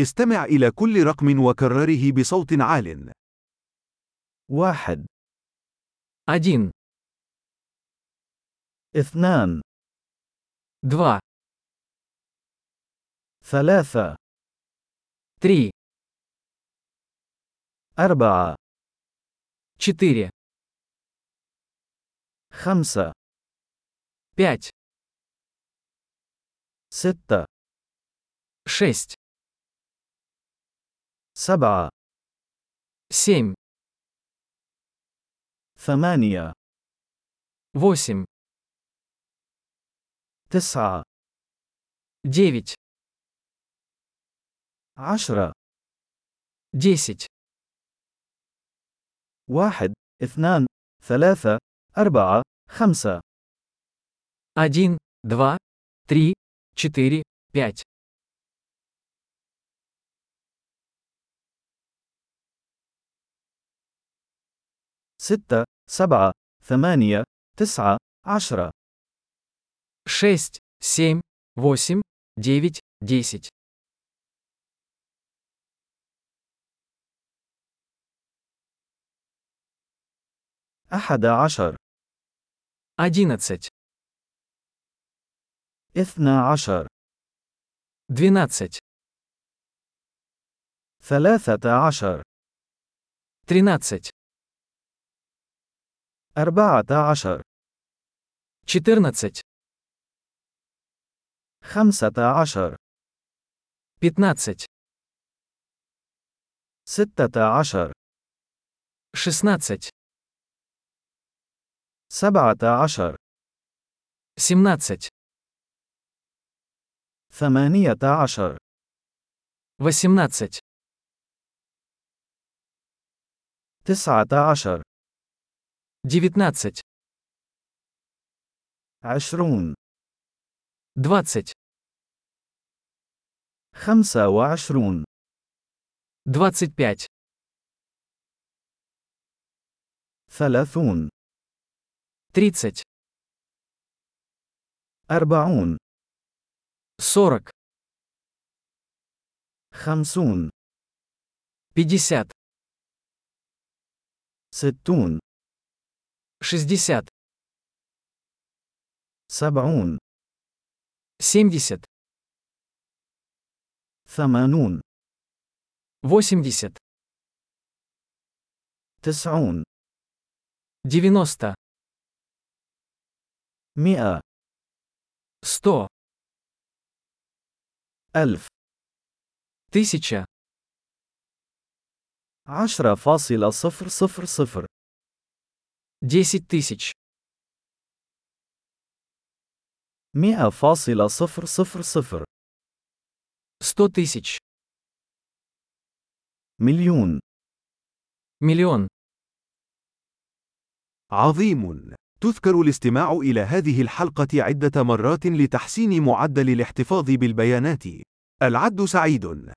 استمع إلى كل رقم وكرره بصوت عال. واحد Один, اثنان два, ثلاثة три, أربعة четыре, خمسة пять, ستة шесть, سبعة семь, ثمانية восемь, تسعة девять, عشرة десять, واحد اثنان ثلاثة أربعة خمسة один, два, три, четыре, пять, ستة سبعة ثمانية تسعة عشرة шесть, семь, восемь, девять, десять, أحد عشر одиннадцать, اثنا عشر двенадцать, ثلاثة عشر тринадцать, أربعة عشر четырнадцать, خمسة عشر пятнадцать, ستة عشر шестнадцать, سبعة عشر семнадцать, ثمانية عشر восемнадцать, تسعة عشر девятнадцать, عشرون двадцать, خمسة وعشرون двадцать пять, ثلاثون тридцать, أربعون сорок, خمسون пятьдесят, ستون шестьдесят, سبعون семьдесят, ثمانون восемьдесят, تسعون девяносто. مئة сто, ألف тысяча, عشرة فاصلة صفر صفر صفر десять тысяч, مئة فاصلة صفر صفر صفر сто тысяч, مليون миллион. عظيم. تذكر الاستماع إلى هذه الحلقة عدة مرات لتحسين معدل الاحتفاظ بالبيانات. العد سعيد.